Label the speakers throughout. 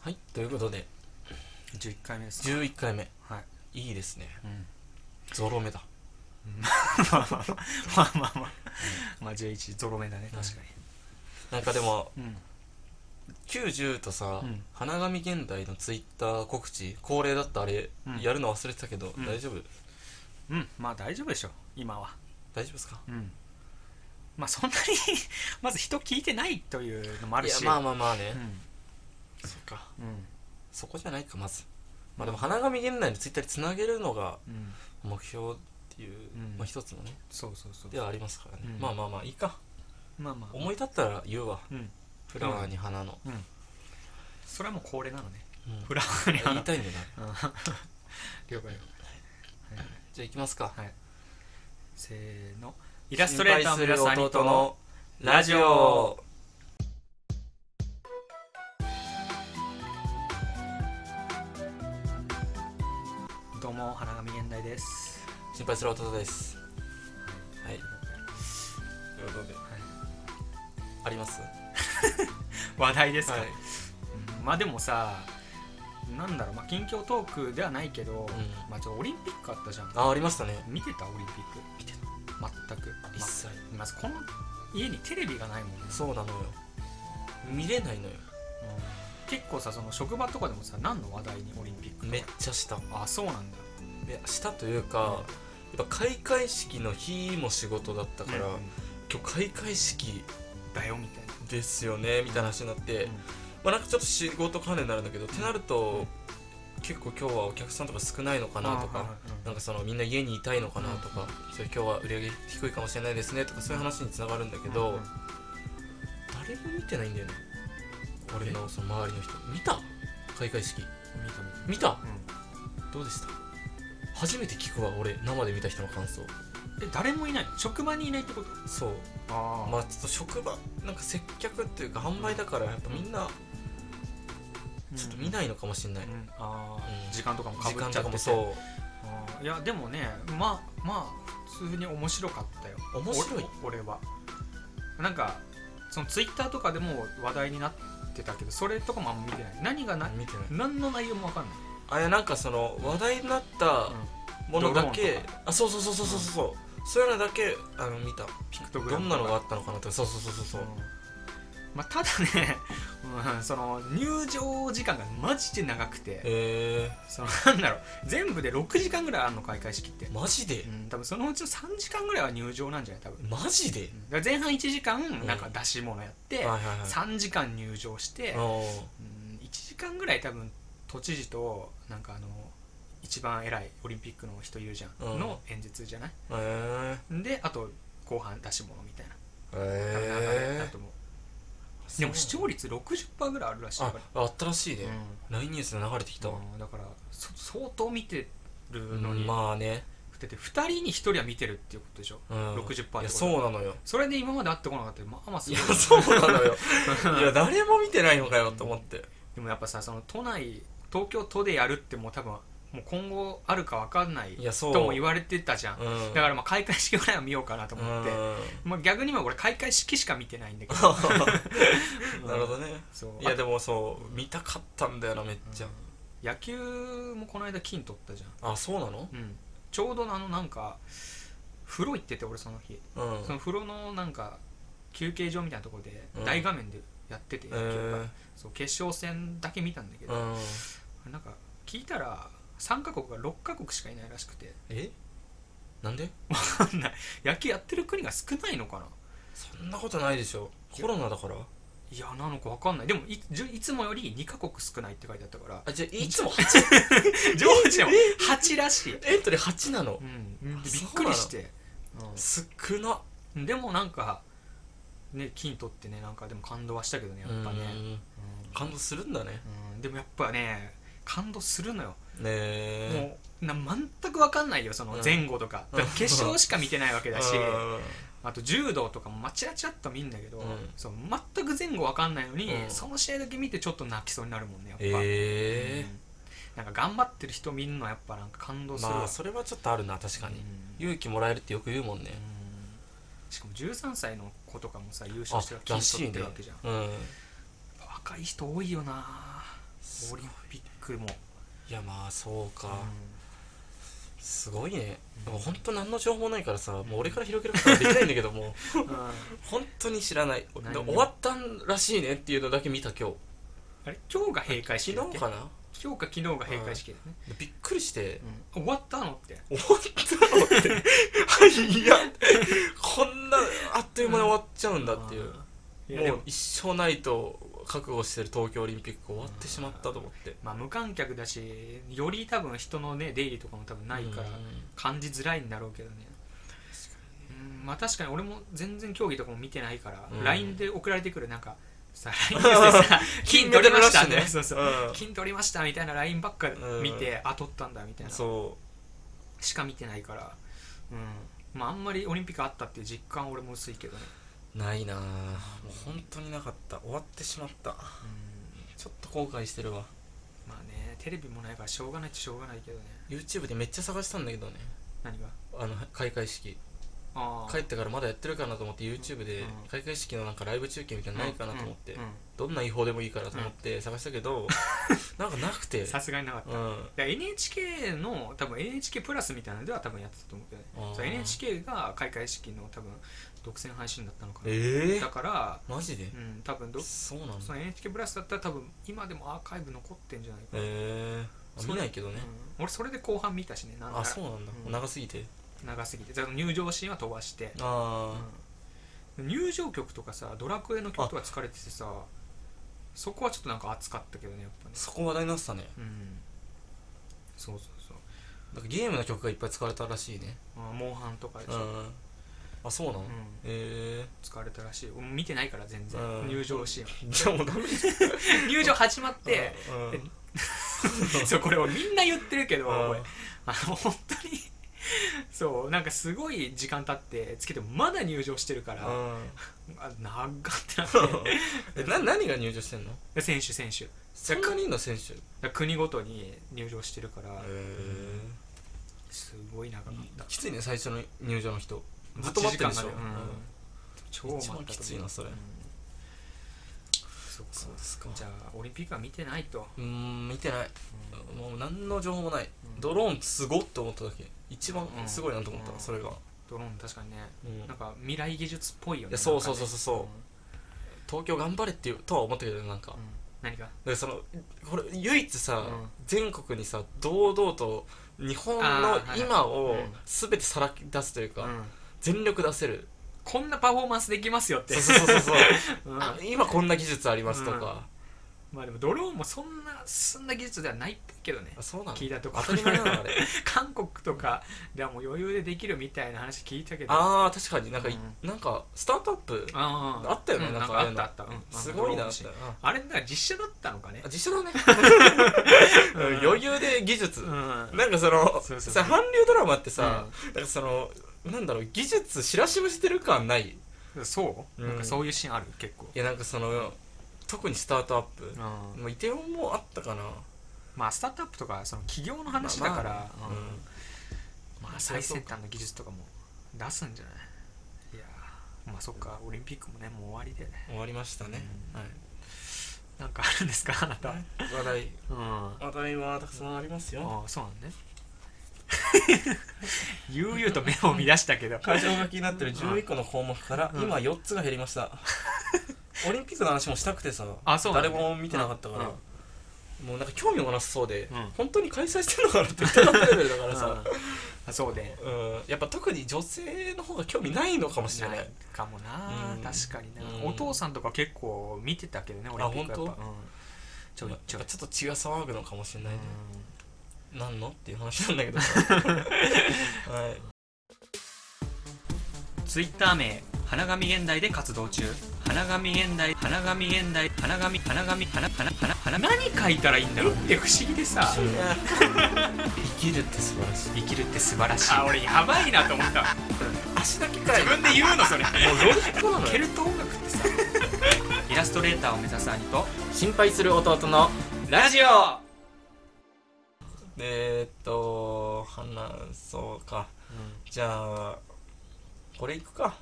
Speaker 1: はいということで
Speaker 2: 11回目ですか
Speaker 1: 11回目
Speaker 2: はい、
Speaker 1: いいですね
Speaker 2: うん、
Speaker 1: ゾロ目だ
Speaker 2: まあまあまあまあまあまあ、まあ、11ゾロ目だね確か
Speaker 1: なんかでも
Speaker 2: に、うん
Speaker 1: 90とさ、
Speaker 2: うん
Speaker 1: 花神現代のツイッター告知恒例だったあれ、
Speaker 2: うん
Speaker 1: やるの忘れてたけど、
Speaker 2: うん
Speaker 1: 大丈夫
Speaker 2: うん、まあ大丈夫でしょ今は
Speaker 1: 大丈夫ですか
Speaker 2: うんまあそんなに まず人聞いてないというのもあるし
Speaker 1: いやまあまあまあ
Speaker 2: う
Speaker 1: ね、
Speaker 2: ん
Speaker 1: そっか
Speaker 2: うん
Speaker 1: そこじゃないかまずまあでも花神現代のツイッターにつなげるのが
Speaker 2: うん
Speaker 1: 目標っていう、
Speaker 2: うん
Speaker 1: まあ一つのね
Speaker 2: そうそうそう
Speaker 1: ではありますからね、
Speaker 2: うん
Speaker 1: まあまあまあいいか
Speaker 2: まあまあ
Speaker 1: 思い立ったら言うわ
Speaker 2: うん
Speaker 1: フラワーに花の、
Speaker 2: うんそれはもう恒例なのね
Speaker 1: うん
Speaker 2: フラワーに
Speaker 1: 言い
Speaker 2: 花
Speaker 1: たいんだな
Speaker 2: うん了解了
Speaker 1: じゃあ行きますか
Speaker 2: 解はいせーのイラストレーターの皆さんに
Speaker 1: 弟
Speaker 2: との
Speaker 1: のラジオ
Speaker 2: どうも花神現代です
Speaker 1: 心配する弟ですはいということで、あります
Speaker 2: 話題ですか、
Speaker 1: はい、
Speaker 2: うんまあでもさなんだろう、まあ、近況トークではないけど、
Speaker 1: うん
Speaker 2: まあちょっとオリンピックあったじゃん
Speaker 1: あありましたね
Speaker 2: 見てたオリンピック見てた全く
Speaker 1: 一切
Speaker 2: ままずこの家にテレビがないもんね、
Speaker 1: そうなのよ見れないのよ
Speaker 2: うん結構さその職場とかでもさ何の話題にオリンピック
Speaker 1: めっ
Speaker 2: とか
Speaker 1: ちゃした
Speaker 2: あそうなんだ
Speaker 1: いやしたというか、やっぱ開会式の日も仕事だったから、
Speaker 2: うん
Speaker 1: 今日開会式
Speaker 2: だよみたいな
Speaker 1: ですよねみたいな話になって、
Speaker 2: うん
Speaker 1: まあなんかちょっと仕事関連になるんだけど、ってなると結構今日はお客さんとか少ないのかなとか、
Speaker 2: あはいはいうん
Speaker 1: なんかそのみんな家にいたいのかなとか、それ今日は売り上げ低いかもしれないですねとかそういう話につながるんだけど、
Speaker 2: うんうん
Speaker 1: 誰も見てないんだよね俺のその周りの人見た開会式
Speaker 2: 見た見た
Speaker 1: 見た
Speaker 2: う
Speaker 1: どうでした初めて聞くわ俺生で見た人の感想
Speaker 2: んえ誰もいないの職場にいないってこと
Speaker 1: そう
Speaker 2: あ
Speaker 1: まあちょっと職場なんか接客っていうか販売だからやっぱみんなちょっと見
Speaker 2: い、
Speaker 1: ないのかもしれない、
Speaker 2: うんあー
Speaker 1: うん
Speaker 2: 時間とかもか
Speaker 1: 時
Speaker 2: ぶっ
Speaker 1: 間
Speaker 2: ちゃ
Speaker 1: と
Speaker 2: っ
Speaker 1: か
Speaker 2: て
Speaker 1: もそ
Speaker 2: てあーいやでもねまあまあ普通に面白かったよ
Speaker 1: 面白い
Speaker 2: 俺俺はなんかそのツイッターとかでも話題になってたけどそれとかもあんま見てない何がな
Speaker 1: う見てない
Speaker 2: 何の内容もわかんない、
Speaker 1: あれなんかその話題になったものだ
Speaker 2: ドロ
Speaker 1: け
Speaker 2: ーンと
Speaker 1: あそうそうそうそうそうそう、そういうのだけあの見た
Speaker 2: ピクトグ
Speaker 1: ど
Speaker 2: ラ
Speaker 1: ん
Speaker 2: ム
Speaker 1: な
Speaker 2: とか
Speaker 1: のがあったのかなとかそうそうそうそうそう、
Speaker 2: うんまあ、ただね、 うん、その入場時間がマジで長くて
Speaker 1: え
Speaker 2: そのなんだろう全部で6時間ぐらいあるの開会式って、
Speaker 1: ー、マジで
Speaker 2: う、ん、多分そのうちの3時間ぐらいは入場なんじゃない多分、
Speaker 1: マジで、
Speaker 2: うんだから前半1時間
Speaker 1: ん
Speaker 2: なんか出し物やって、
Speaker 1: はいはいはい
Speaker 2: 3時間入場して、うん、
Speaker 1: お
Speaker 2: 1時間ぐらい多分都知事となんかあの一番偉いオリンピックの人いるじゃん、
Speaker 1: うん
Speaker 2: の演説じゃない
Speaker 1: ーえ
Speaker 2: であと後半出し物みたいな
Speaker 1: ー、
Speaker 2: 多分流れだ
Speaker 1: え
Speaker 2: と
Speaker 1: ー
Speaker 2: 思う、でも視聴率60%ぐらいあるらしい
Speaker 1: あ
Speaker 2: から
Speaker 1: あったらしいね、
Speaker 2: う
Speaker 1: LINE ニュースで流れてきたわ、
Speaker 2: んうんだからそ相当見てるの
Speaker 1: うん
Speaker 2: に、
Speaker 1: まあね、
Speaker 2: だって2人に1人は見てるっていうことでしょ
Speaker 1: うん、
Speaker 2: 60%ってこと
Speaker 1: いやそうなのよ
Speaker 2: それで今まで会ってこなかったらまあまあす
Speaker 1: い
Speaker 2: ご
Speaker 1: や
Speaker 2: い
Speaker 1: そうなの よいや誰も見てないのかよと思って
Speaker 2: でもやっぱさその都内東京都でやるってもう多分もう今後あるか分かんない
Speaker 1: いやそう
Speaker 2: とも言われてたじゃん、
Speaker 1: うん
Speaker 2: だからまあ開会式ぐらいは見ようかなと
Speaker 1: う
Speaker 2: 思って、
Speaker 1: ん
Speaker 2: まあ、逆に今俺開会式しか見てないんだけど
Speaker 1: なるほどね
Speaker 2: そ
Speaker 1: い
Speaker 2: う
Speaker 1: やでもそう見たかったんだよなめっちゃ、
Speaker 2: 野球もこの間金取ったじゃ
Speaker 1: あそうなの
Speaker 2: ん、うん、ちょうどあのなんか風呂行ってて俺その日、
Speaker 1: うん
Speaker 2: その風呂のなんか休憩所みたいなところで
Speaker 1: うん
Speaker 2: 大画面でやってて、
Speaker 1: え
Speaker 2: 野球が
Speaker 1: ー
Speaker 2: そう決勝戦だけ見たんだけ
Speaker 1: う
Speaker 2: ど、
Speaker 1: ん
Speaker 2: なんか聞いたら3カ国が6カ国しかいないらしくて
Speaker 1: えなんで
Speaker 2: わかんない野球やってる国が少ないのかな
Speaker 1: そんなことないでしょコロナだから
Speaker 2: いやなのかわかんないでもいじゅいつもより2カ国少ないって書いてあったから
Speaker 1: あじゃあい
Speaker 2: い
Speaker 1: つ
Speaker 2: つ
Speaker 1: も
Speaker 2: ジョージアも8らしい、
Speaker 1: エントリー8なの
Speaker 2: うん、
Speaker 1: あ
Speaker 2: びっ
Speaker 1: そう
Speaker 2: く
Speaker 1: なの
Speaker 2: りして、
Speaker 1: 少な
Speaker 2: うん、でもなんかね金取ってねなんかでも感動はしたけどねやっぱね、
Speaker 1: うん感動するんだね
Speaker 2: うんうんでもやっぱね感動するのよ
Speaker 1: ねえ
Speaker 2: もうな全く分かんないよその
Speaker 1: うん
Speaker 2: 前後とか,、
Speaker 1: うん
Speaker 2: 決勝しか見てないわけだし
Speaker 1: うん
Speaker 2: あと柔道とかもまちらちらっと見んだけど、
Speaker 1: うん
Speaker 2: そう全く前後分かんないのに、
Speaker 1: うん
Speaker 2: その試合だけ見てちょっと泣きそうになるもんねやっぱ、
Speaker 1: え
Speaker 2: うんなんか頑張ってる人見るのはやっぱなんか感動
Speaker 1: え
Speaker 2: するわ
Speaker 1: まあそれはちょっとあるな確か
Speaker 2: う
Speaker 1: に
Speaker 2: ん
Speaker 1: 勇気もらえるってよく言うもんね
Speaker 2: うんしかも13歳の子とかもさ優
Speaker 1: あ
Speaker 2: 勝してる
Speaker 1: ら
Speaker 2: 金
Speaker 1: し
Speaker 2: 取
Speaker 1: い
Speaker 2: って
Speaker 1: ね
Speaker 2: るわけじゃん、
Speaker 1: うん
Speaker 2: 若い人多いよな
Speaker 1: す
Speaker 2: オ
Speaker 1: ごい
Speaker 2: リンピックも、
Speaker 1: いやまあそうか、
Speaker 2: う
Speaker 1: すごいね
Speaker 2: うん
Speaker 1: 本当何の情報もないからさもう俺から広げることはできないんだけど も
Speaker 2: んあ
Speaker 1: 本当に知らない
Speaker 2: ないね
Speaker 1: で終わったんらしいねっていうのだけ見た今
Speaker 2: れ今日が閉会
Speaker 1: 日
Speaker 2: 式だっ
Speaker 1: 昨
Speaker 2: け
Speaker 1: 日かな
Speaker 2: 今日か昨日が閉会式だね、
Speaker 1: でびっくりして
Speaker 2: 終わったのって
Speaker 1: 終わったのってはいいやこんなあっという間に終わっちゃうんだっていううん
Speaker 2: いやで
Speaker 1: もう
Speaker 2: も
Speaker 1: 一生ないと覚悟してる東京オリンピック終わってしまったと思って
Speaker 2: まあ無観客だしより多分人のね出入りとかも多分ないから
Speaker 1: うん
Speaker 2: 感じづらいんだろうけどねうんまあ確かに俺も全然競技とかも見てないから、
Speaker 1: うん
Speaker 2: LINE で送られてくるなんか さ LINE でさ金取りました
Speaker 1: 金メ
Speaker 2: ね
Speaker 1: ダルラッシュね
Speaker 2: そうそう、
Speaker 1: うん
Speaker 2: 金取りましたみたいな LINE ばっか見て、あ取ったんだみたいな
Speaker 1: そ
Speaker 2: しか見てないから、うんまあ、あんまりオリンピックあったっていう実感は俺も薄いけどね、
Speaker 1: うないなあもう本当になかった終わってしまったちょっと後悔してるわ
Speaker 2: まあねテレビもないからしょうがないっちゃしょうがないけどね
Speaker 1: YouTube でめっちゃ探したんだけどね
Speaker 2: 何が
Speaker 1: あの開会式
Speaker 2: あー
Speaker 1: 帰ってからまだやってるかなと思って YouTube で
Speaker 2: うん
Speaker 1: 開会式のなんかライブ中継みたいなのないかなと思って
Speaker 2: うんうん
Speaker 1: どんな違法でもいいからと思って探したけ どなんかなくて
Speaker 2: さすがになかった
Speaker 1: うんうん
Speaker 2: だから NHK の多分 NHK プラスみたいなのでは多分やってたと思うけどね
Speaker 1: あー
Speaker 2: そう NHK が開会式の多分独占配信だったのかな、
Speaker 1: ええ
Speaker 2: だから、
Speaker 1: マジで
Speaker 2: うん、多分ど
Speaker 1: そうなん
Speaker 2: そ
Speaker 1: だ
Speaker 2: の NHK プラスだったら多分今でもアーカイブ残ってんじゃないかな、
Speaker 1: ええ
Speaker 2: それ
Speaker 1: 見ないけどね
Speaker 2: うん俺それで後半見たしねなんなら
Speaker 1: あそうなんだ
Speaker 2: うん
Speaker 1: 長すぎて
Speaker 2: 長すぎてだから入場シーンは飛ばして、
Speaker 1: あ
Speaker 2: うん入場曲とかさドラクエの曲とか疲れててさそこはちょっとなんか熱かったけどねやっぱね
Speaker 1: あそこ話題になってたね
Speaker 2: うんそうそうそう
Speaker 1: なんかゲームの曲がいっぱい使われたらしいね
Speaker 2: あモンハンとかでし
Speaker 1: う
Speaker 2: ょ、
Speaker 1: んあそうなの
Speaker 2: うん
Speaker 1: ええ
Speaker 2: 使われたらしい俺も見てないから全然、
Speaker 1: うん
Speaker 2: 入場シー
Speaker 1: じゃあもうダメ
Speaker 2: ン 入場始まって
Speaker 1: うんうん
Speaker 2: そうこれ俺みんな言ってるけど
Speaker 1: うん
Speaker 2: 俺あの本当に そうなんかすごい時間経ってつけてもまだ入場してるから、
Speaker 1: うん
Speaker 2: あ長ってなって
Speaker 1: えな何が入場してんの
Speaker 2: で選手選手だか
Speaker 1: そんなにいいの選手へ
Speaker 2: ら国ごとに入場してるから、
Speaker 1: え
Speaker 2: すごい長かった
Speaker 1: きついね最初の入場の人ずっと待ってるでしょ
Speaker 2: 8時間がねうん超待った
Speaker 1: 一
Speaker 2: と思
Speaker 1: 番
Speaker 2: う
Speaker 1: きついなそれ
Speaker 2: うんそう
Speaker 1: そう
Speaker 2: か
Speaker 1: ですか
Speaker 2: じゃあオリンピックは見てないと、
Speaker 1: うーん見てない
Speaker 2: うん
Speaker 1: もう何の情報もない
Speaker 2: うん
Speaker 1: ドローンすごって思っただけ一番
Speaker 2: うん
Speaker 1: すごいなと思っ
Speaker 2: うん
Speaker 1: たそれが
Speaker 2: ドローン確かにね
Speaker 1: うん
Speaker 2: なんか未来技術っぽいよ
Speaker 1: い
Speaker 2: ね
Speaker 1: やそう
Speaker 2: なんかね
Speaker 1: そうそうそうそう東京頑張れっていうとは思ったけどなんか
Speaker 2: うんうん何
Speaker 1: だ
Speaker 2: が
Speaker 1: からそのこれ唯一さ
Speaker 2: うん
Speaker 1: 全国にさ堂々と日本の
Speaker 2: あーはい
Speaker 1: 今を
Speaker 2: うん
Speaker 1: 全てさらき出すという
Speaker 2: う
Speaker 1: か
Speaker 2: ん
Speaker 1: 全力出せる
Speaker 2: こんなパフォーマンスできますよって
Speaker 1: そうそうそうそう
Speaker 2: う ん
Speaker 1: あ今こんな技術ありますとか、
Speaker 2: まあでもドローンもそんな進んだ技術ではないっぽいけどね
Speaker 1: あそうなの
Speaker 2: 聞いたとこ
Speaker 1: 当たり前なのあれ
Speaker 2: 韓国とかではもう余裕でできるみたいな話聞いたけど
Speaker 1: ああ確かになんか、い
Speaker 2: うん
Speaker 1: なんかスタートアップ
Speaker 2: あ
Speaker 1: あったよね
Speaker 2: うん
Speaker 1: な
Speaker 2: なんん
Speaker 1: かあ
Speaker 2: か
Speaker 1: あい
Speaker 2: あ
Speaker 1: う
Speaker 2: っ
Speaker 1: の
Speaker 2: たあったうん
Speaker 1: すごい
Speaker 2: ドロ
Speaker 1: な
Speaker 2: ー
Speaker 1: っ
Speaker 2: ン
Speaker 1: て
Speaker 2: し
Speaker 1: あ
Speaker 2: あれだから実写だったのかね
Speaker 1: あ実写だね
Speaker 2: うん
Speaker 1: 余裕で技術、
Speaker 2: うん
Speaker 1: なんかその
Speaker 2: そうそうそう
Speaker 1: さ韓流ドラマってさ、
Speaker 2: うん
Speaker 1: なんかそのなんだろう技術知らしむしてる感ないい
Speaker 2: そう
Speaker 1: うん
Speaker 2: なんかそういうシーンある結構
Speaker 1: やなんかその特にスタートアップ、
Speaker 2: うん
Speaker 1: もうイテウォンもあったかな
Speaker 2: まあスタートアップとかその企業の話だか
Speaker 1: ま
Speaker 2: ら
Speaker 1: あまあ
Speaker 2: うんまあ最
Speaker 1: そう
Speaker 2: 先端の技術とかも出すんじゃないいやーまあそっかオリンピックもねもう終わりで
Speaker 1: 終わりましたね、
Speaker 2: うん
Speaker 1: はい
Speaker 2: なんかあるんですかあなたうん
Speaker 1: 話題
Speaker 2: あ
Speaker 1: 話題はたくさんありますよ
Speaker 2: あそうなん ね悠々と目を乱したけど
Speaker 1: 会場が気になってる11個の項目から
Speaker 2: うん
Speaker 1: 今4つが減りま した、オリンピックの話もしたくてさ
Speaker 2: あそうなん
Speaker 1: 誰
Speaker 2: だ
Speaker 1: も見てなかったから、
Speaker 2: うん
Speaker 1: もうなんか興味もなさそうで、
Speaker 2: うん
Speaker 1: 本当に開催してるのかなって疑ったレベルだからさ、
Speaker 2: あそうで
Speaker 1: うんやっぱ特に女性の方が興味ないのかもしれない
Speaker 2: ないかもな、
Speaker 1: うん
Speaker 2: 確かにな、
Speaker 1: うん
Speaker 2: お父さんとか結構見てたけどね
Speaker 1: あ
Speaker 2: 俺リンピックや
Speaker 1: 本
Speaker 2: っぱ、うん、ちょいちょい
Speaker 1: やっぱちょっと血が騒ぐのかもしれないね、
Speaker 2: うん
Speaker 1: なんのっていう話なんだけど さはい
Speaker 2: ツイッター名花神現代で活動中花神現代花神現代花神花神花花花花何書いたらいいんだろうって不思議でさ
Speaker 1: 生きるって素晴らしい
Speaker 2: 生きるって素晴らしいあ俺やばいなと思った
Speaker 1: 足だけかい
Speaker 2: 自分で言うの それ
Speaker 1: もうロリックなの
Speaker 2: ケ
Speaker 1: よ
Speaker 2: ルト音楽ってさイラストレーターを目指す兄と
Speaker 1: 心配する弟の
Speaker 2: ラジオ
Speaker 1: えーっと話そうかじゃあこれいくか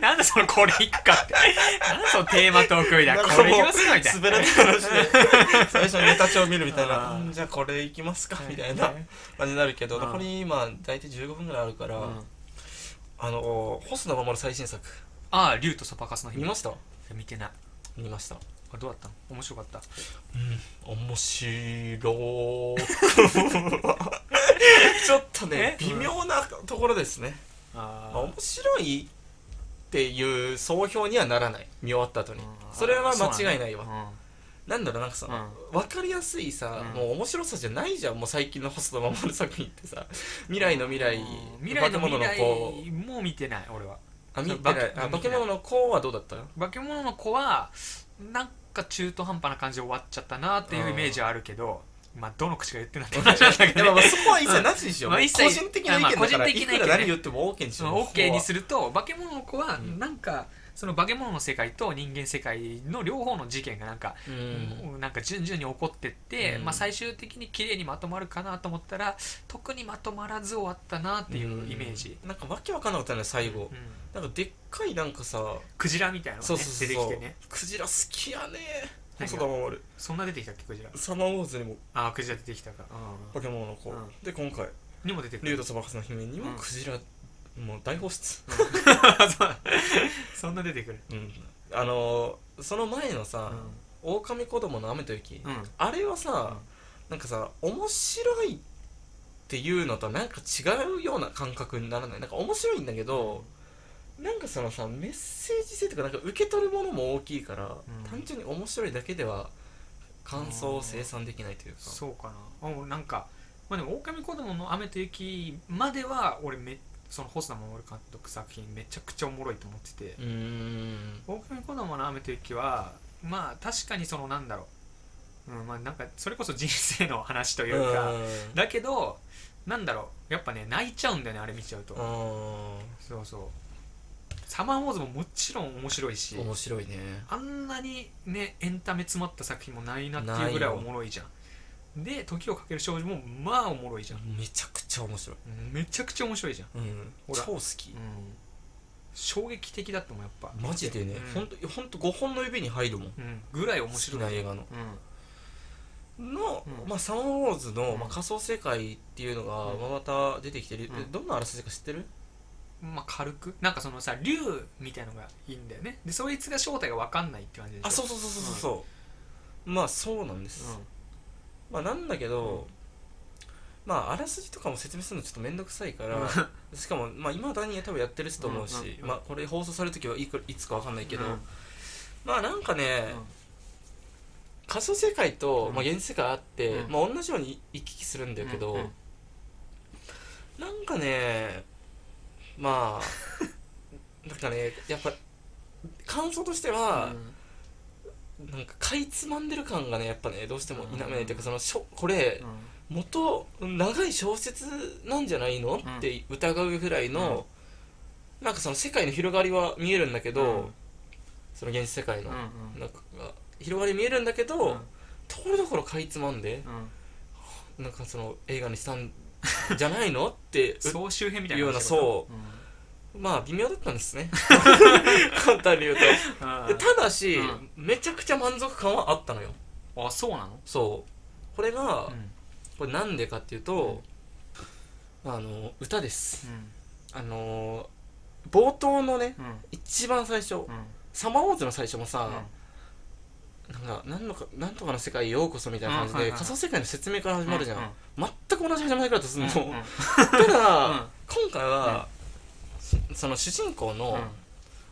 Speaker 2: なんでそのこれいくかってなんでそのテーマトークみたいなこれいきますかみたい
Speaker 1: 滑
Speaker 2: な
Speaker 1: らない話 で最初にネタ帳見るみたいな
Speaker 2: あー
Speaker 1: うんじゃあこれいきますかみたいな感じになるけど
Speaker 2: うん
Speaker 1: 残り今大体15分ぐらいあるから、
Speaker 2: うん
Speaker 1: あの星野ママの最新作
Speaker 2: ああ竜とそばかすの日
Speaker 1: 見ました
Speaker 2: 見てない
Speaker 1: 見ました
Speaker 2: これどうだったの面白かった
Speaker 1: 面白ー ちょっとね
Speaker 2: え
Speaker 1: 微妙なところですね、
Speaker 2: あ
Speaker 1: まあ面白いっていう総評にはならない見終わった後にそれは間違いないわなんだろうなんかさ、分かりやすいさ、
Speaker 2: うん
Speaker 1: もう面白さじゃないじゃんもう最近の細田守作品ってさ 未来の未来
Speaker 2: 未来の
Speaker 1: 化け物の
Speaker 2: 未来
Speaker 1: 子
Speaker 2: もう見てない俺は
Speaker 1: あ見て
Speaker 2: 化
Speaker 1: な
Speaker 2: け
Speaker 1: いあ
Speaker 2: 見
Speaker 1: 化
Speaker 2: て
Speaker 1: け
Speaker 2: ない
Speaker 1: 物の子はどうだった
Speaker 2: 化け物の子はなんか中途半端な感じで終わっちゃったなっていうイメージはあるけどまあどの口が言ってんだって話なんだけ
Speaker 1: で
Speaker 2: ど
Speaker 1: も まあ
Speaker 2: ね
Speaker 1: そこは一切なしにしよう、
Speaker 2: まあ
Speaker 1: もう
Speaker 2: 一切
Speaker 1: 個人的な意見だから、
Speaker 2: まあ個人的な意見ね
Speaker 1: いくら何言っても OK にし
Speaker 2: そ
Speaker 1: よう
Speaker 2: の OK にす
Speaker 1: る
Speaker 2: ると化け物の子は
Speaker 1: うん
Speaker 2: なんかその化け物の世界と人間世界の両方の事件がなんか
Speaker 1: うん
Speaker 2: なんか順々に起こってって、
Speaker 1: うん
Speaker 2: まあ、最終的に綺麗にまとまるかなと思ったら特にまとまらず終わったなっていうイメージ、
Speaker 1: なんかわけわかんなかったね最後、
Speaker 2: うん
Speaker 1: なんかでっかいなんかさ、
Speaker 2: クジラみたいなのが、
Speaker 1: そう
Speaker 2: ね、
Speaker 1: そう
Speaker 2: 出て
Speaker 1: そ
Speaker 2: き
Speaker 1: う
Speaker 2: てね
Speaker 1: クジラ好きやね
Speaker 2: 何
Speaker 1: 細
Speaker 2: が
Speaker 1: 田守
Speaker 2: そんな出てきたっけクジラ
Speaker 1: サマーウォーズにも
Speaker 2: ああクジラ出てきたか、う
Speaker 1: 化け物の子、
Speaker 2: うん
Speaker 1: で今回
Speaker 2: ん、にも出
Speaker 1: 「
Speaker 2: てく
Speaker 1: 竜
Speaker 2: る
Speaker 1: とそばかすの姫」にも
Speaker 2: うん
Speaker 1: クジラ、もう大放出
Speaker 2: そうそんな出てくる
Speaker 1: うんあのーその前の
Speaker 2: うん
Speaker 1: さ「狼子供の雨と雪」
Speaker 2: うん
Speaker 1: あれはさ、なんかさ面白いっていうのとなんか違うような感覚にならないなんか面白いんだけど、なんかそのさメッセージ性とかなんか受け取るものも大きいから、
Speaker 2: ん
Speaker 1: 単純に面白いだけでは感想を生産できないというか
Speaker 2: そうかなあ俺なんかまあでも「狼子供の雨と雪」までは俺めその細田守監督作品めちゃくちゃおもろいと思ってて、
Speaker 1: うーん
Speaker 2: 狼子供の雨と雪はまあ確かにそのなんだろう、うんまあ、なんかそれこそ人生の話というか、
Speaker 1: うん
Speaker 2: だけどなんだろうやっぱね泣いちゃうんだよねあれ見ちゃうと、
Speaker 1: あ
Speaker 2: そうそうサマーウォーズももちろん面白いし
Speaker 1: ー面白いね
Speaker 2: あんなにねエンタメ詰まった作品もないなっていうぐらいおもろいじゃんで時をかける少女もまあおもろいじゃん
Speaker 1: めちゃくちゃ面白い、
Speaker 2: うんめちゃくちゃ面白いじゃん、
Speaker 1: うん、
Speaker 2: ほら
Speaker 1: 超好き
Speaker 2: うん、衝撃的だったもんやっぱ
Speaker 1: マジでね
Speaker 2: う
Speaker 1: ほ
Speaker 2: ん
Speaker 1: んとほんと5本の指に入るもん
Speaker 2: うん、ぐらい面
Speaker 1: 好
Speaker 2: 白
Speaker 1: き
Speaker 2: い
Speaker 1: な映画の
Speaker 2: うん
Speaker 1: の、
Speaker 2: うん
Speaker 1: まあ、サマーウォーズの、
Speaker 2: うん
Speaker 1: まあ、仮想世界っていうのが、
Speaker 2: うん
Speaker 1: まあ、また出てきてる、え
Speaker 2: うん
Speaker 1: どんなあらすじか知ってる
Speaker 2: まあ、軽くなんかそのさ竜みたいのがいいんだよねでそいつが正体が分かんないって感じでしょ
Speaker 1: あそうそうそうそうそうそうまあそうなんです、まあなんだけど、まああらすじとかも説明するのちょっと面倒くさいから、 しかもまあ今だに多分やってる人と思うし、
Speaker 2: うんうんうん
Speaker 1: まあこれ放送される時はいくいつかわかんないけど、
Speaker 2: うん
Speaker 1: まあなんかね、
Speaker 2: うん
Speaker 1: 仮想世界と、
Speaker 2: うん
Speaker 1: まあ、現実世界あって、
Speaker 2: うん
Speaker 1: まあ同じように行き来するんだけど、
Speaker 2: うんうん
Speaker 1: なんかねま あなんかねやっぱ感想としては、なんかかいつまんでる感がねやっぱねどうしても否めないというかそのしょこれ
Speaker 2: うん
Speaker 1: 元長い小説なんじゃないの
Speaker 2: うん
Speaker 1: って疑うぐらいの、なんかその世界の広がりは見えるんだけど、
Speaker 2: うん
Speaker 1: その現実世界の、
Speaker 2: うんうん
Speaker 1: なんかが広がり見えるんだけど、
Speaker 2: うん
Speaker 1: ところどころかいつまんで
Speaker 2: うん
Speaker 1: なんかその映画にしたんじゃない のって
Speaker 2: 総集編みたいな、
Speaker 1: いうようなそう
Speaker 2: う
Speaker 1: まあ微妙だったんです ね簡単に言うと
Speaker 2: ん、あ
Speaker 1: でただし、
Speaker 2: うん
Speaker 1: めちゃくちゃ満足感はあったのよ
Speaker 2: あそうなの、
Speaker 1: そうこれが、
Speaker 2: うん
Speaker 1: これなんでかっていうと、あの歌ですあの冒頭のね
Speaker 2: うん
Speaker 1: 一番最初、
Speaker 2: うん
Speaker 1: サマーウォーズの最初も
Speaker 2: うん
Speaker 1: さ、なんか何のかなんとかの世界へようこそみたいな感じで、
Speaker 2: うんはいはい
Speaker 1: 仮想世界の説明から始まるじゃん、
Speaker 2: うん
Speaker 1: 全く同じ始まり方す
Speaker 2: うん
Speaker 1: るの、
Speaker 2: うん
Speaker 1: ただ、
Speaker 2: うん
Speaker 1: 今回は、しその主人公
Speaker 2: うん
Speaker 1: の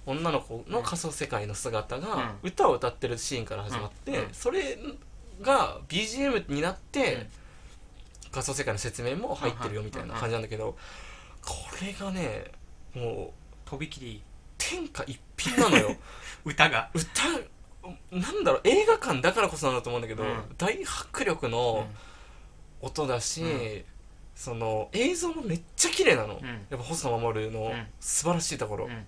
Speaker 1: 女の子の仮想世界の姿が
Speaker 2: う
Speaker 1: 歌を歌ってるシーンから始まって、
Speaker 2: うん
Speaker 1: それが BGM になって、
Speaker 2: うん
Speaker 1: 仮想世界の説明も入ってるよみたいな感じなんだけど、これがねもう
Speaker 2: とびきり
Speaker 1: 天下一品なの よ
Speaker 2: 歌が、
Speaker 1: 歌なんだろう映画館だからこそなんだと思うんだけど、
Speaker 2: うん
Speaker 1: 大迫力
Speaker 2: うん
Speaker 1: の音だし、
Speaker 2: うん
Speaker 1: その映像もめっちゃ綺麗なの、
Speaker 2: うん
Speaker 1: やっぱ細野守
Speaker 2: う
Speaker 1: の
Speaker 2: ん
Speaker 1: 素晴らしいところ、
Speaker 2: うん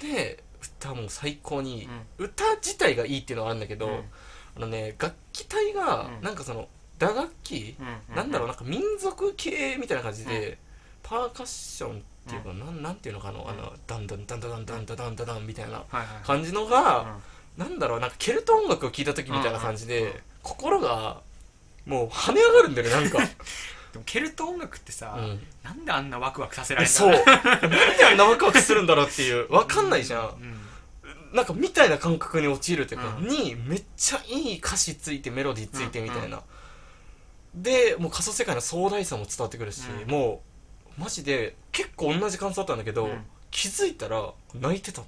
Speaker 1: で歌も最高にいい、
Speaker 2: うん
Speaker 1: 歌自体がいいっていうのはあるんだけど、
Speaker 2: うん
Speaker 1: あのね楽器隊が
Speaker 2: うん
Speaker 1: なんかその打楽器、
Speaker 2: うん
Speaker 1: なんだろうなんか民族系みたいな感じで、パーカッションっていうか、なんなんていうのかあのあのダンダンダンダンダンダンダンダンダンみたいな
Speaker 2: はいはい
Speaker 1: 感じの
Speaker 2: う
Speaker 1: が、
Speaker 2: ん
Speaker 1: なんだろうなんかケルト音楽を聴いた時みたいな感じで、
Speaker 2: うんうんうん
Speaker 1: 心がもう跳ね上がるんだよねなんか、
Speaker 2: でもケルト音楽ってさ、
Speaker 1: うん
Speaker 2: なん であんなワクワクさせられた
Speaker 1: そうなんであんなワクワクするんだろうっていうわかんないじゃん
Speaker 2: うん、
Speaker 1: なんかみたいな感覚に陥るというか、
Speaker 2: うん
Speaker 1: にめっちゃいい歌詞ついてメロディーついてみたいな、でもう仮想世界の壮大さも伝わってくるし、
Speaker 2: うん
Speaker 1: もうマジで結構同じ感想だったんだけど、
Speaker 2: うん
Speaker 1: 気づいたら泣いてた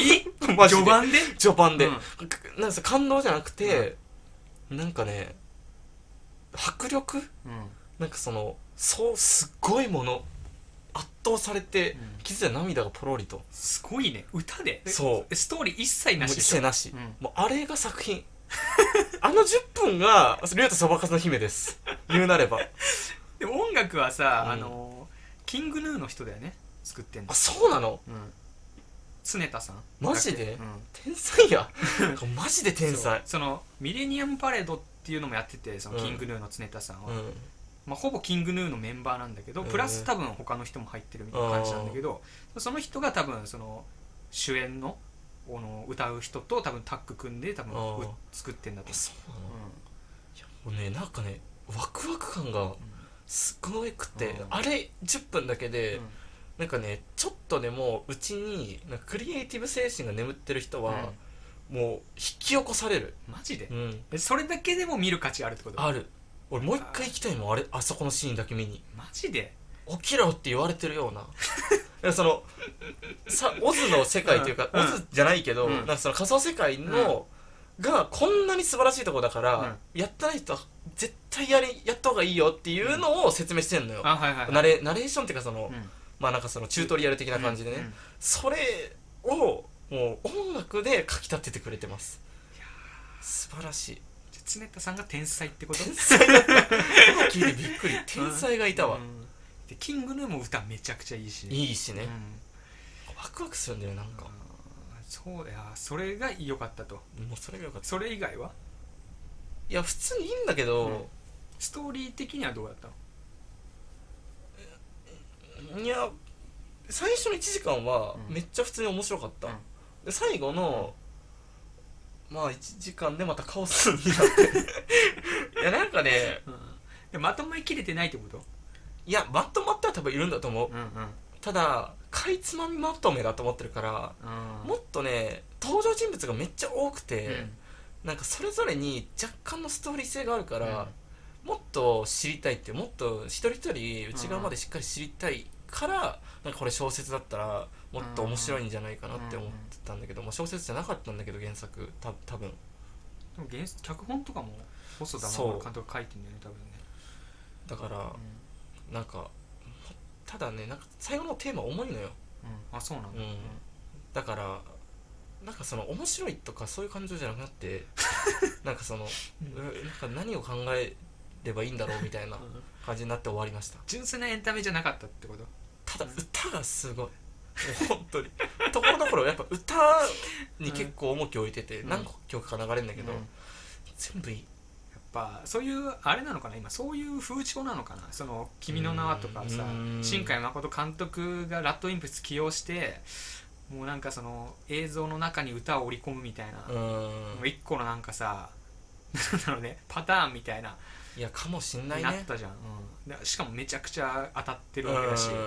Speaker 2: え
Speaker 1: マジで
Speaker 2: 序盤で
Speaker 1: 序盤で、
Speaker 2: うん
Speaker 1: なんかさ感動じゃなくて、なんかね迫力
Speaker 2: うん
Speaker 1: なんかそのそうすっごいもの圧倒されて、
Speaker 2: うん
Speaker 1: 気づいたら涙がポロリとも
Speaker 2: すごいね歌で
Speaker 1: そう
Speaker 2: ストーリー一切
Speaker 1: う
Speaker 2: なし
Speaker 1: 一
Speaker 2: でしょ
Speaker 1: 切なし、
Speaker 2: うん
Speaker 1: もうあれが作品あの10分が「竜とそばかすの姫」です言うなれば
Speaker 2: でも音楽はさ、
Speaker 1: うん
Speaker 2: あのキングヌーの人だよね作ってん
Speaker 1: あ
Speaker 2: の、
Speaker 1: そうなの
Speaker 2: うん、常田さん
Speaker 1: マジで
Speaker 2: だっけう
Speaker 1: 天
Speaker 2: ん
Speaker 1: 才やなんかマジで天才
Speaker 2: そうそのミレニアムパレードっていうのもやっててその
Speaker 1: うん
Speaker 2: キングヌーの常田さんは、
Speaker 1: うん
Speaker 2: まあ、ほぼキングヌーのメンバーなんだけど
Speaker 1: うん
Speaker 2: プラス多分他の人も入ってるみたいな感じなんだけどその人が多分その主演のあの歌う人と多分タッグ組んで多分
Speaker 1: あー
Speaker 2: う作ってんだと
Speaker 1: あそうなの
Speaker 2: 思う、
Speaker 1: もうねなんかねワクワク感がすごいくて
Speaker 2: うん
Speaker 1: あれ10分だけ
Speaker 2: うん
Speaker 1: で
Speaker 2: うん
Speaker 1: なんかねちょっとでもううちになんかクリエイティブ精神が眠ってる人はもう引き起こされる
Speaker 2: マジで
Speaker 1: う、ん
Speaker 2: えそれだけでも見る価値あるってこと
Speaker 1: ある俺もう一回行きたいもんあれあそこのシーンだけ見に
Speaker 2: マジで
Speaker 1: 起きろって言われてる ようないやそのさオズの世界というか、
Speaker 2: うん
Speaker 1: オズじゃないけど、
Speaker 2: うん
Speaker 1: なんかその仮想世界の、がこんなに素晴らしいとこだから、やったない人は絶対やりやった方がいいよっていうのを説明してんのよ、
Speaker 2: あはいはい、はい、
Speaker 1: ナレナレーションっていうかその、
Speaker 2: うん
Speaker 1: まあなんかそのチュートリアル的な感じでね、
Speaker 2: うんうん
Speaker 1: それをもう音楽でかき立ててくれてます素晴らしい
Speaker 2: じゃあ常田さんが天才ってこと
Speaker 1: 天才だった今聞いてびっくり天才がいたわ、
Speaker 2: うんでキングヌーも歌めちゃくちゃいいしい
Speaker 1: いいしね
Speaker 2: うん、
Speaker 1: ワクワクするんだよなんか、
Speaker 2: あーそういやそれが良かったと
Speaker 1: もうそれがよかった
Speaker 2: それ以外はい
Speaker 1: や普通にいいんだけど、
Speaker 2: ストーリー的にはどうだったの
Speaker 1: いや最初の1時間は
Speaker 2: うん
Speaker 1: めっちゃ普通に面白かった、
Speaker 2: うん
Speaker 1: で最後の、まあ1時間でまたカオスになってい やなんかね
Speaker 2: でまとまりきれてないってこと
Speaker 1: いやまとまっては多分いるんだと思う
Speaker 2: うんうん
Speaker 1: ただかいつまみまとめだと思ってるからもっとね登場人物がめっちゃ多くて、なんかそれぞれに若干のストーリー性があるから、もっと知りたいってもっと一人一人内側までしっかり知りたいから、なんかこれ小説だったらもっと面白いんじゃないかなって思ってたんだけど、まあ、小説じゃなかったんだけど原作た多分
Speaker 2: でも原作脚本とかも細田
Speaker 1: そ
Speaker 2: 守
Speaker 1: う
Speaker 2: 監督が書いてんだよね多分ね
Speaker 1: だからなんかただねなんか最後のテーマ重いのよ
Speaker 2: うん、うんあそうなんだ、
Speaker 1: うんだからなんかその面白いとかそういう感情じゃなくなって なんかそのうなんか何を考えればいいんだろうみたいな
Speaker 2: うん
Speaker 1: 感じになって終わりました
Speaker 2: 純粋なエンタメじゃなかったってこと
Speaker 1: ただ歌がすごいもう本当にところどころやっぱ歌に結構重きを置いてて、
Speaker 2: うん
Speaker 1: 何曲か流れるんだけど、
Speaker 2: うんやっ
Speaker 1: 全部いい
Speaker 2: ぱそういうあれなのかな今そういう風潮なのかなその「君の名は」とかさ
Speaker 1: うん
Speaker 2: 新海誠監督がラッドインプス起用してもうなんかその映像の中に歌を織り込むみたいな、
Speaker 1: う
Speaker 2: も
Speaker 1: ん
Speaker 2: う一個のなんかさなんだろうねパターンみたいない
Speaker 1: やかもしんない
Speaker 2: なっ
Speaker 1: ね
Speaker 2: たじゃん、うんでしかもめちゃくちゃ当たってるわけだし、
Speaker 1: うん
Speaker 2: う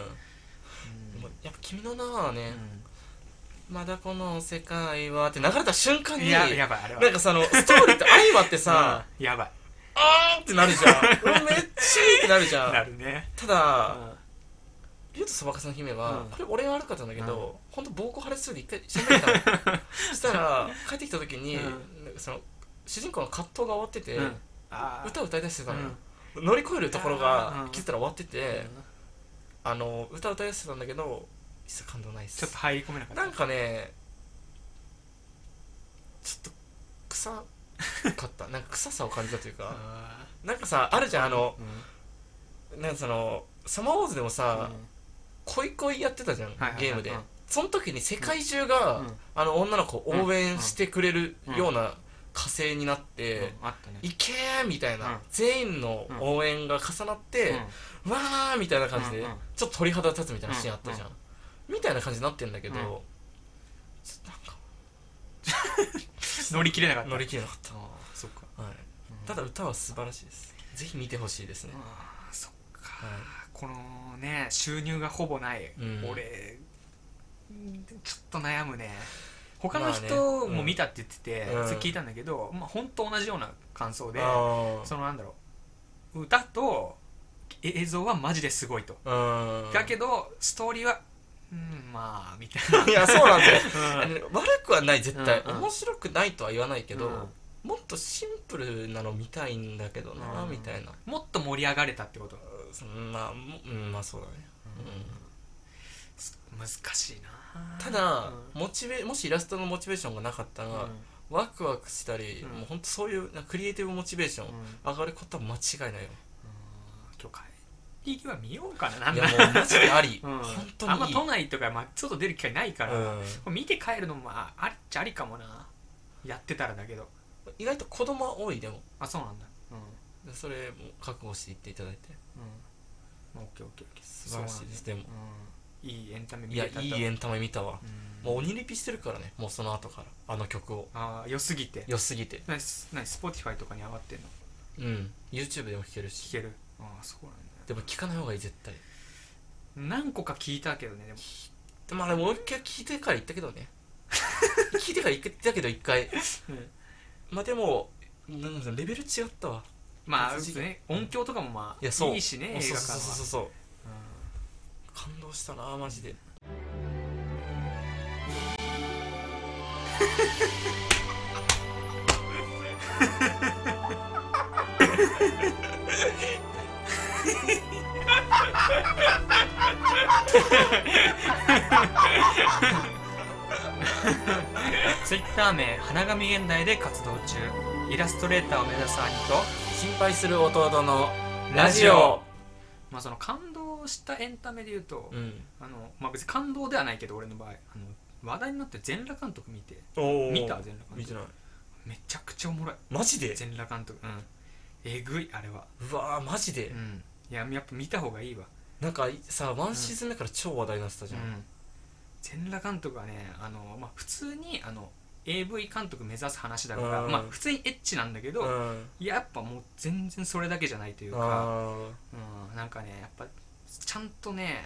Speaker 2: ん
Speaker 1: もうやっぱ「君の名はね」
Speaker 2: うん
Speaker 1: まだこの世界は」って流れた瞬間に
Speaker 2: いややばいあれは
Speaker 1: なんかそのストーリーと相まってさ
Speaker 2: うんやばい
Speaker 1: 「あー!」ってなる じゃんうわめっちゃいいってなるじゃ
Speaker 2: なんるね、
Speaker 1: た
Speaker 2: う
Speaker 1: だ
Speaker 2: ん
Speaker 1: 「竜とそばかすの姫は」
Speaker 2: うん
Speaker 1: これ俺が悪かったんだけど、ほんと暴行腫れそうで一回死んでたの そしたら帰ってきた時に、
Speaker 2: うん
Speaker 1: なんかその主人公の葛藤が終わってて、
Speaker 2: うんあー
Speaker 1: 歌を歌いだしてたのよ
Speaker 2: うん、
Speaker 1: 乗り越えるところ
Speaker 2: う
Speaker 1: が
Speaker 2: ん
Speaker 1: 気づいたら終わってて、あの歌を歌いだしてたんだけど一切感動ないっす
Speaker 2: ちょっと入り込めなかった
Speaker 1: なんかねちょっと臭かったなんか臭さを感じたというか、
Speaker 2: あ
Speaker 1: なんかさあるじゃんあの
Speaker 2: ーうん
Speaker 1: なんかそのサマーウォーズでもさ、
Speaker 2: うん
Speaker 1: 恋恋やってたじゃん、
Speaker 2: はいはいはい
Speaker 1: ゲームで、
Speaker 2: うん
Speaker 1: その時に世界中が、
Speaker 2: うん
Speaker 1: あの女の子を応援してくれるような火星になって、
Speaker 2: うんあったね
Speaker 1: いけーみたいな、
Speaker 2: うん
Speaker 1: 全員の応援が重なって、わーみたいな感じで、
Speaker 2: うんうん
Speaker 1: ちょっと鳥肌立つみたいなシーンあったじゃん、
Speaker 2: う
Speaker 1: みたいな感じになってんだけど、
Speaker 2: う
Speaker 1: ち
Speaker 2: ん
Speaker 1: ょっとなんか
Speaker 2: 乗り切れなかった
Speaker 1: 乗り切れなかっ
Speaker 2: あーそっか、
Speaker 1: た、はい、
Speaker 2: うん
Speaker 1: ただ歌は素晴らしいですぜひ見てほしいですね、
Speaker 2: あーそっか、
Speaker 1: はい
Speaker 2: このね収入がほぼない、
Speaker 1: うん
Speaker 2: 俺ちょっと悩むね他の
Speaker 1: まあね
Speaker 2: 人
Speaker 1: う
Speaker 2: も
Speaker 1: ん
Speaker 2: 見たって言ってて、
Speaker 1: うん
Speaker 2: それ聞いたんだけど、まあ本当同じような感想で、
Speaker 1: あー
Speaker 2: そのなんだろう歌とえ映像はマジですごいと、
Speaker 1: うん
Speaker 2: だけどストーリーはうんまあみたいな
Speaker 1: いやそうなんだよ
Speaker 2: うん
Speaker 1: 悪くはない絶対、
Speaker 2: うんうん
Speaker 1: 面白くないとは言わないけど、
Speaker 2: うん
Speaker 1: もっとシンプルなの見たいんだけどな、
Speaker 2: うん
Speaker 1: みたいな
Speaker 2: もっと盛り上がれたってこと
Speaker 1: そんなもうんまあそうだね、う、
Speaker 2: す難しいなん
Speaker 1: ただ、
Speaker 2: う
Speaker 1: モチベもしイラストのモチベーションがなかったら、
Speaker 2: んうん
Speaker 1: ワクワクしたり、
Speaker 2: うん
Speaker 1: もうほんとそういうなんかクリエイティブモチベーション、
Speaker 2: うん
Speaker 1: 上がることは間違いないよ
Speaker 2: 今日帰り際見ようかななん
Speaker 1: い
Speaker 2: だ
Speaker 1: やもうマジであり、
Speaker 2: うん
Speaker 1: 本当
Speaker 2: あんま
Speaker 1: にいい
Speaker 2: 都内とか、まあ、外出る機会ないから、
Speaker 1: うん
Speaker 2: 見て帰るのもあありっちゃありかもなやってたらだけど
Speaker 1: 意外と子供は多いでも
Speaker 2: あそうなんだうん、うん
Speaker 1: それも覚悟していっていただいて
Speaker 2: まあ、オッケーオッケーオッケー
Speaker 1: 素晴らしいです、
Speaker 2: そ
Speaker 1: で
Speaker 2: う
Speaker 1: も
Speaker 2: なんだうん、いいエンタメ見
Speaker 1: いや
Speaker 2: れた
Speaker 1: いいエンタメ見たわ、
Speaker 2: うん
Speaker 1: もう鬼リピしてるからねもうその後からあの曲を
Speaker 2: ああ良すぎて
Speaker 1: 良すぎて
Speaker 2: なスなスポティファイとかに上がってんの
Speaker 1: うん YouTube でも聴ける
Speaker 2: 聞
Speaker 1: し
Speaker 2: けるああそうなんだ
Speaker 1: でも聴かない方がいい絶対
Speaker 2: 何個か聞いたけどねでも
Speaker 1: でもあれもう一回聴いてから言ったけど ね聴いてから言ったけど一回
Speaker 2: うん
Speaker 1: まあでもなんだろうレベル違ったわ
Speaker 2: まあ、
Speaker 1: 別次元
Speaker 2: ね、音響とかもまあ
Speaker 1: いやそう
Speaker 2: いしね映
Speaker 1: あ
Speaker 2: 画
Speaker 1: そう
Speaker 2: 館は
Speaker 1: そうそうそうそう
Speaker 2: うん
Speaker 1: 感動したなマジで
Speaker 2: ツイッター名花神現代で活動中イラストレーターを目指す兄と、
Speaker 1: 心配する弟の
Speaker 2: ラ
Speaker 1: ラ
Speaker 2: ジ
Speaker 1: ジ
Speaker 2: オ
Speaker 1: オ
Speaker 2: まあ、その感動したエンタメで言うと、
Speaker 1: うん
Speaker 2: あのまあ、別に感動ではないけど俺の場合あの話題になって全裸監督見て
Speaker 1: お
Speaker 2: 見た全裸監督
Speaker 1: 見てない
Speaker 2: めちゃくちゃおもろい
Speaker 1: マジで
Speaker 2: 全裸監督うんえぐいあれは
Speaker 1: うわーマジで、
Speaker 2: うんいややっぱ見た方がいいわ
Speaker 1: なんかさワンシーズン目から超話題になってたじゃん、
Speaker 2: うん全裸監督はねあの、まあ、普通にあの AV 監督目指す話だから、
Speaker 1: うん
Speaker 2: まあ、普通にエッチなんだけど、
Speaker 1: うん
Speaker 2: やっぱもう全然それだけじゃないというか、
Speaker 1: あ
Speaker 2: うん、なんかねやっぱちゃんとね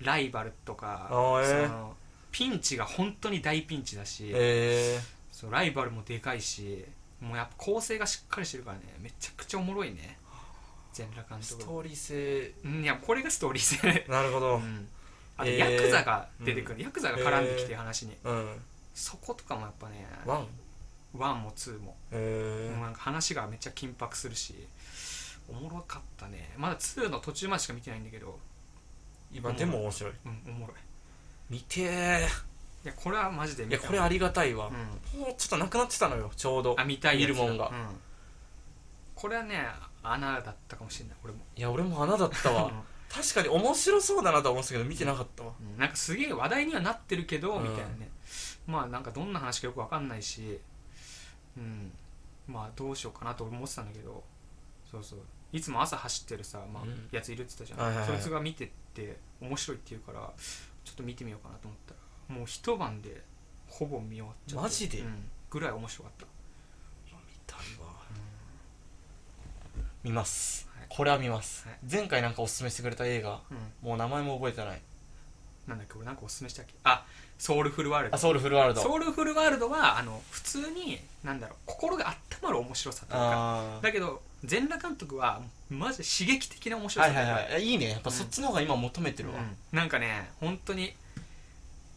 Speaker 2: ライバルとか
Speaker 1: あーえー
Speaker 2: そのピンチが本当に大ピンチだし、
Speaker 1: ーえ
Speaker 2: そうライバルもでかいしもうやっぱ構成がしっかりしてるからねめちゃくちゃおもろいね全裸監
Speaker 1: ー、ス
Speaker 2: 督
Speaker 1: トーリー性
Speaker 2: うんいやこれがストーリー性、
Speaker 1: なるほ
Speaker 2: う
Speaker 1: ど
Speaker 2: ん、あと
Speaker 1: えー
Speaker 2: ヤクザが出てくる、ヤクザが絡んできて
Speaker 1: えー
Speaker 2: 話に、
Speaker 1: うん、
Speaker 2: そことかもやっぱね
Speaker 1: ワン
Speaker 2: ワンもツーも
Speaker 1: え
Speaker 2: もうなんか話がめっちゃ緊迫するしおもろかったねまだ2の途中までしか見てないんだけど
Speaker 1: ー、今でも面白い
Speaker 2: うんおもろい
Speaker 1: 見てー
Speaker 2: いやこれはマジで
Speaker 1: い
Speaker 2: 見
Speaker 1: や
Speaker 2: た
Speaker 1: これありがたいわ
Speaker 2: う、ん
Speaker 1: もうちょっとなくなってたのよちょうど
Speaker 2: あ見たいやつだ
Speaker 1: 見るもんが
Speaker 2: うこれはね穴だったかもしれない俺も
Speaker 1: いや俺も穴だったわ確かに面白そうだなとは思ってたけど見てなかったわ
Speaker 2: うんなんかすげえ話題にはなってるけど、
Speaker 1: うん
Speaker 2: みたいなねまあなんかどんな話かよくわかんないしうんまあどうしようかなと思ってたんだけどそうそういつも朝走ってるさ、まあ
Speaker 1: うん
Speaker 2: やついるって言ったじゃん、
Speaker 1: はいはいはい
Speaker 2: そいつが見てって面白いって言うからちょっと見てみようかなと思ったらもう一晩でほぼ見終わっちゃった
Speaker 1: マジで
Speaker 2: うんぐらい面白かった
Speaker 1: 見たいわ見ます、
Speaker 2: はい
Speaker 1: これは見ます、
Speaker 2: はい
Speaker 1: 前回なんかおすすめしてくれた映画
Speaker 2: うん
Speaker 1: もう名前も覚えてない
Speaker 2: なんだっけ俺なんかおすすめしたっけあソウルフルワール
Speaker 1: あ
Speaker 2: ド
Speaker 1: ソウルフルワールド
Speaker 2: ソウルフルワールドはあの普通になんだろう心が温まる面白さというか
Speaker 1: あ
Speaker 2: だけど全裸監督はマジで刺激的な面
Speaker 1: あ
Speaker 2: 白
Speaker 1: は
Speaker 2: さ
Speaker 1: い
Speaker 2: だ
Speaker 1: は
Speaker 2: か
Speaker 1: い
Speaker 2: ら
Speaker 1: はいいいねやっぱそっちの方が今求めてるわ、
Speaker 2: うんなんかね本当に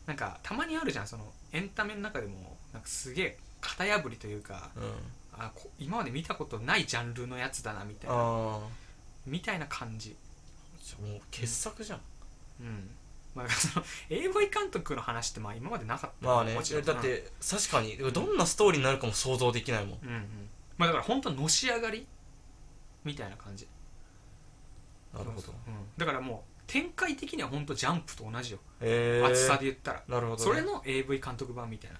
Speaker 2: なんかたまにあるじゃんそのエンタメの中でもなんかすげえ型破りというか
Speaker 1: うん
Speaker 2: あこ今まで見たことないジャンルのやつだなみたいな
Speaker 1: ああ
Speaker 2: みたいな感じ
Speaker 1: もう傑作じゃん、
Speaker 2: うんまあ、だからその AV 監督の話ってまあ今までなかったよ
Speaker 1: まあね
Speaker 2: もちろん
Speaker 1: だって確かにどんなストーリーになるかも想像できないもん
Speaker 2: うんうんまあだから本当のし上がりみたいな感じ
Speaker 1: なるほ
Speaker 2: そ
Speaker 1: ど
Speaker 2: うそううんだからもう展開的には本当ジャンプと同じよ、
Speaker 1: ええ
Speaker 2: 厚さで言ったら
Speaker 1: なるほど、ね、
Speaker 2: それの AV 監督版みたいな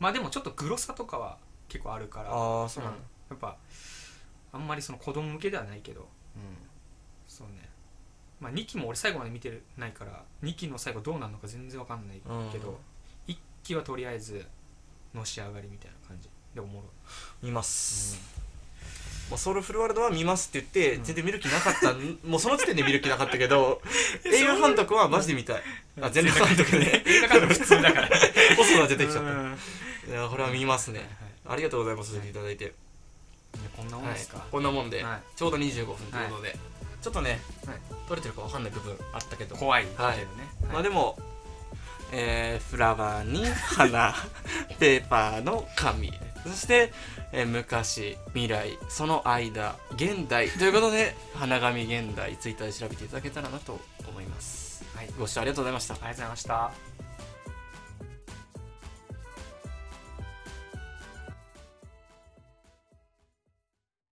Speaker 2: まあでもちょっとグロさとかは結構あるから
Speaker 1: ああそう
Speaker 2: う
Speaker 1: なんの、
Speaker 2: やっぱあんまりその子供向けではないけどそうねまあ2期も俺最後まで見てるないから2期の最後どうなるのか全然わかんないけ
Speaker 1: うん
Speaker 2: ど、一1期はとりあえずのし上がりみたいな感じでおもろい、
Speaker 1: 見ます、もうソウルフルワールドは見ますって言って、
Speaker 2: うん
Speaker 1: 全然見る気なか ったんもうその時点で見る気なかったけど映画監督はマジで見たい、あ全裸監督ね
Speaker 2: 映画監督普通だから
Speaker 1: 細 田出てきちゃっ
Speaker 2: うんはい
Speaker 1: たいやこれは見ますね
Speaker 2: はい
Speaker 1: ありがとうございます教えていただいて、
Speaker 2: じゃあこんなもん
Speaker 1: はい
Speaker 2: ですか、、
Speaker 1: こんなもんで、
Speaker 2: はい
Speaker 1: ちょうど25分ということで、ちょっとね、
Speaker 2: はい
Speaker 1: 取れてるかわかんない部分あったけど
Speaker 2: 怖いけどね、
Speaker 1: はいまあでも、えーフラワーに花ペーパーの紙そして、えー昔未来その間現代ということで花紙現代ツイッターで調べていただけたらなと思います
Speaker 2: はいありがとう
Speaker 1: ご視聴ありがとうございました
Speaker 2: ございました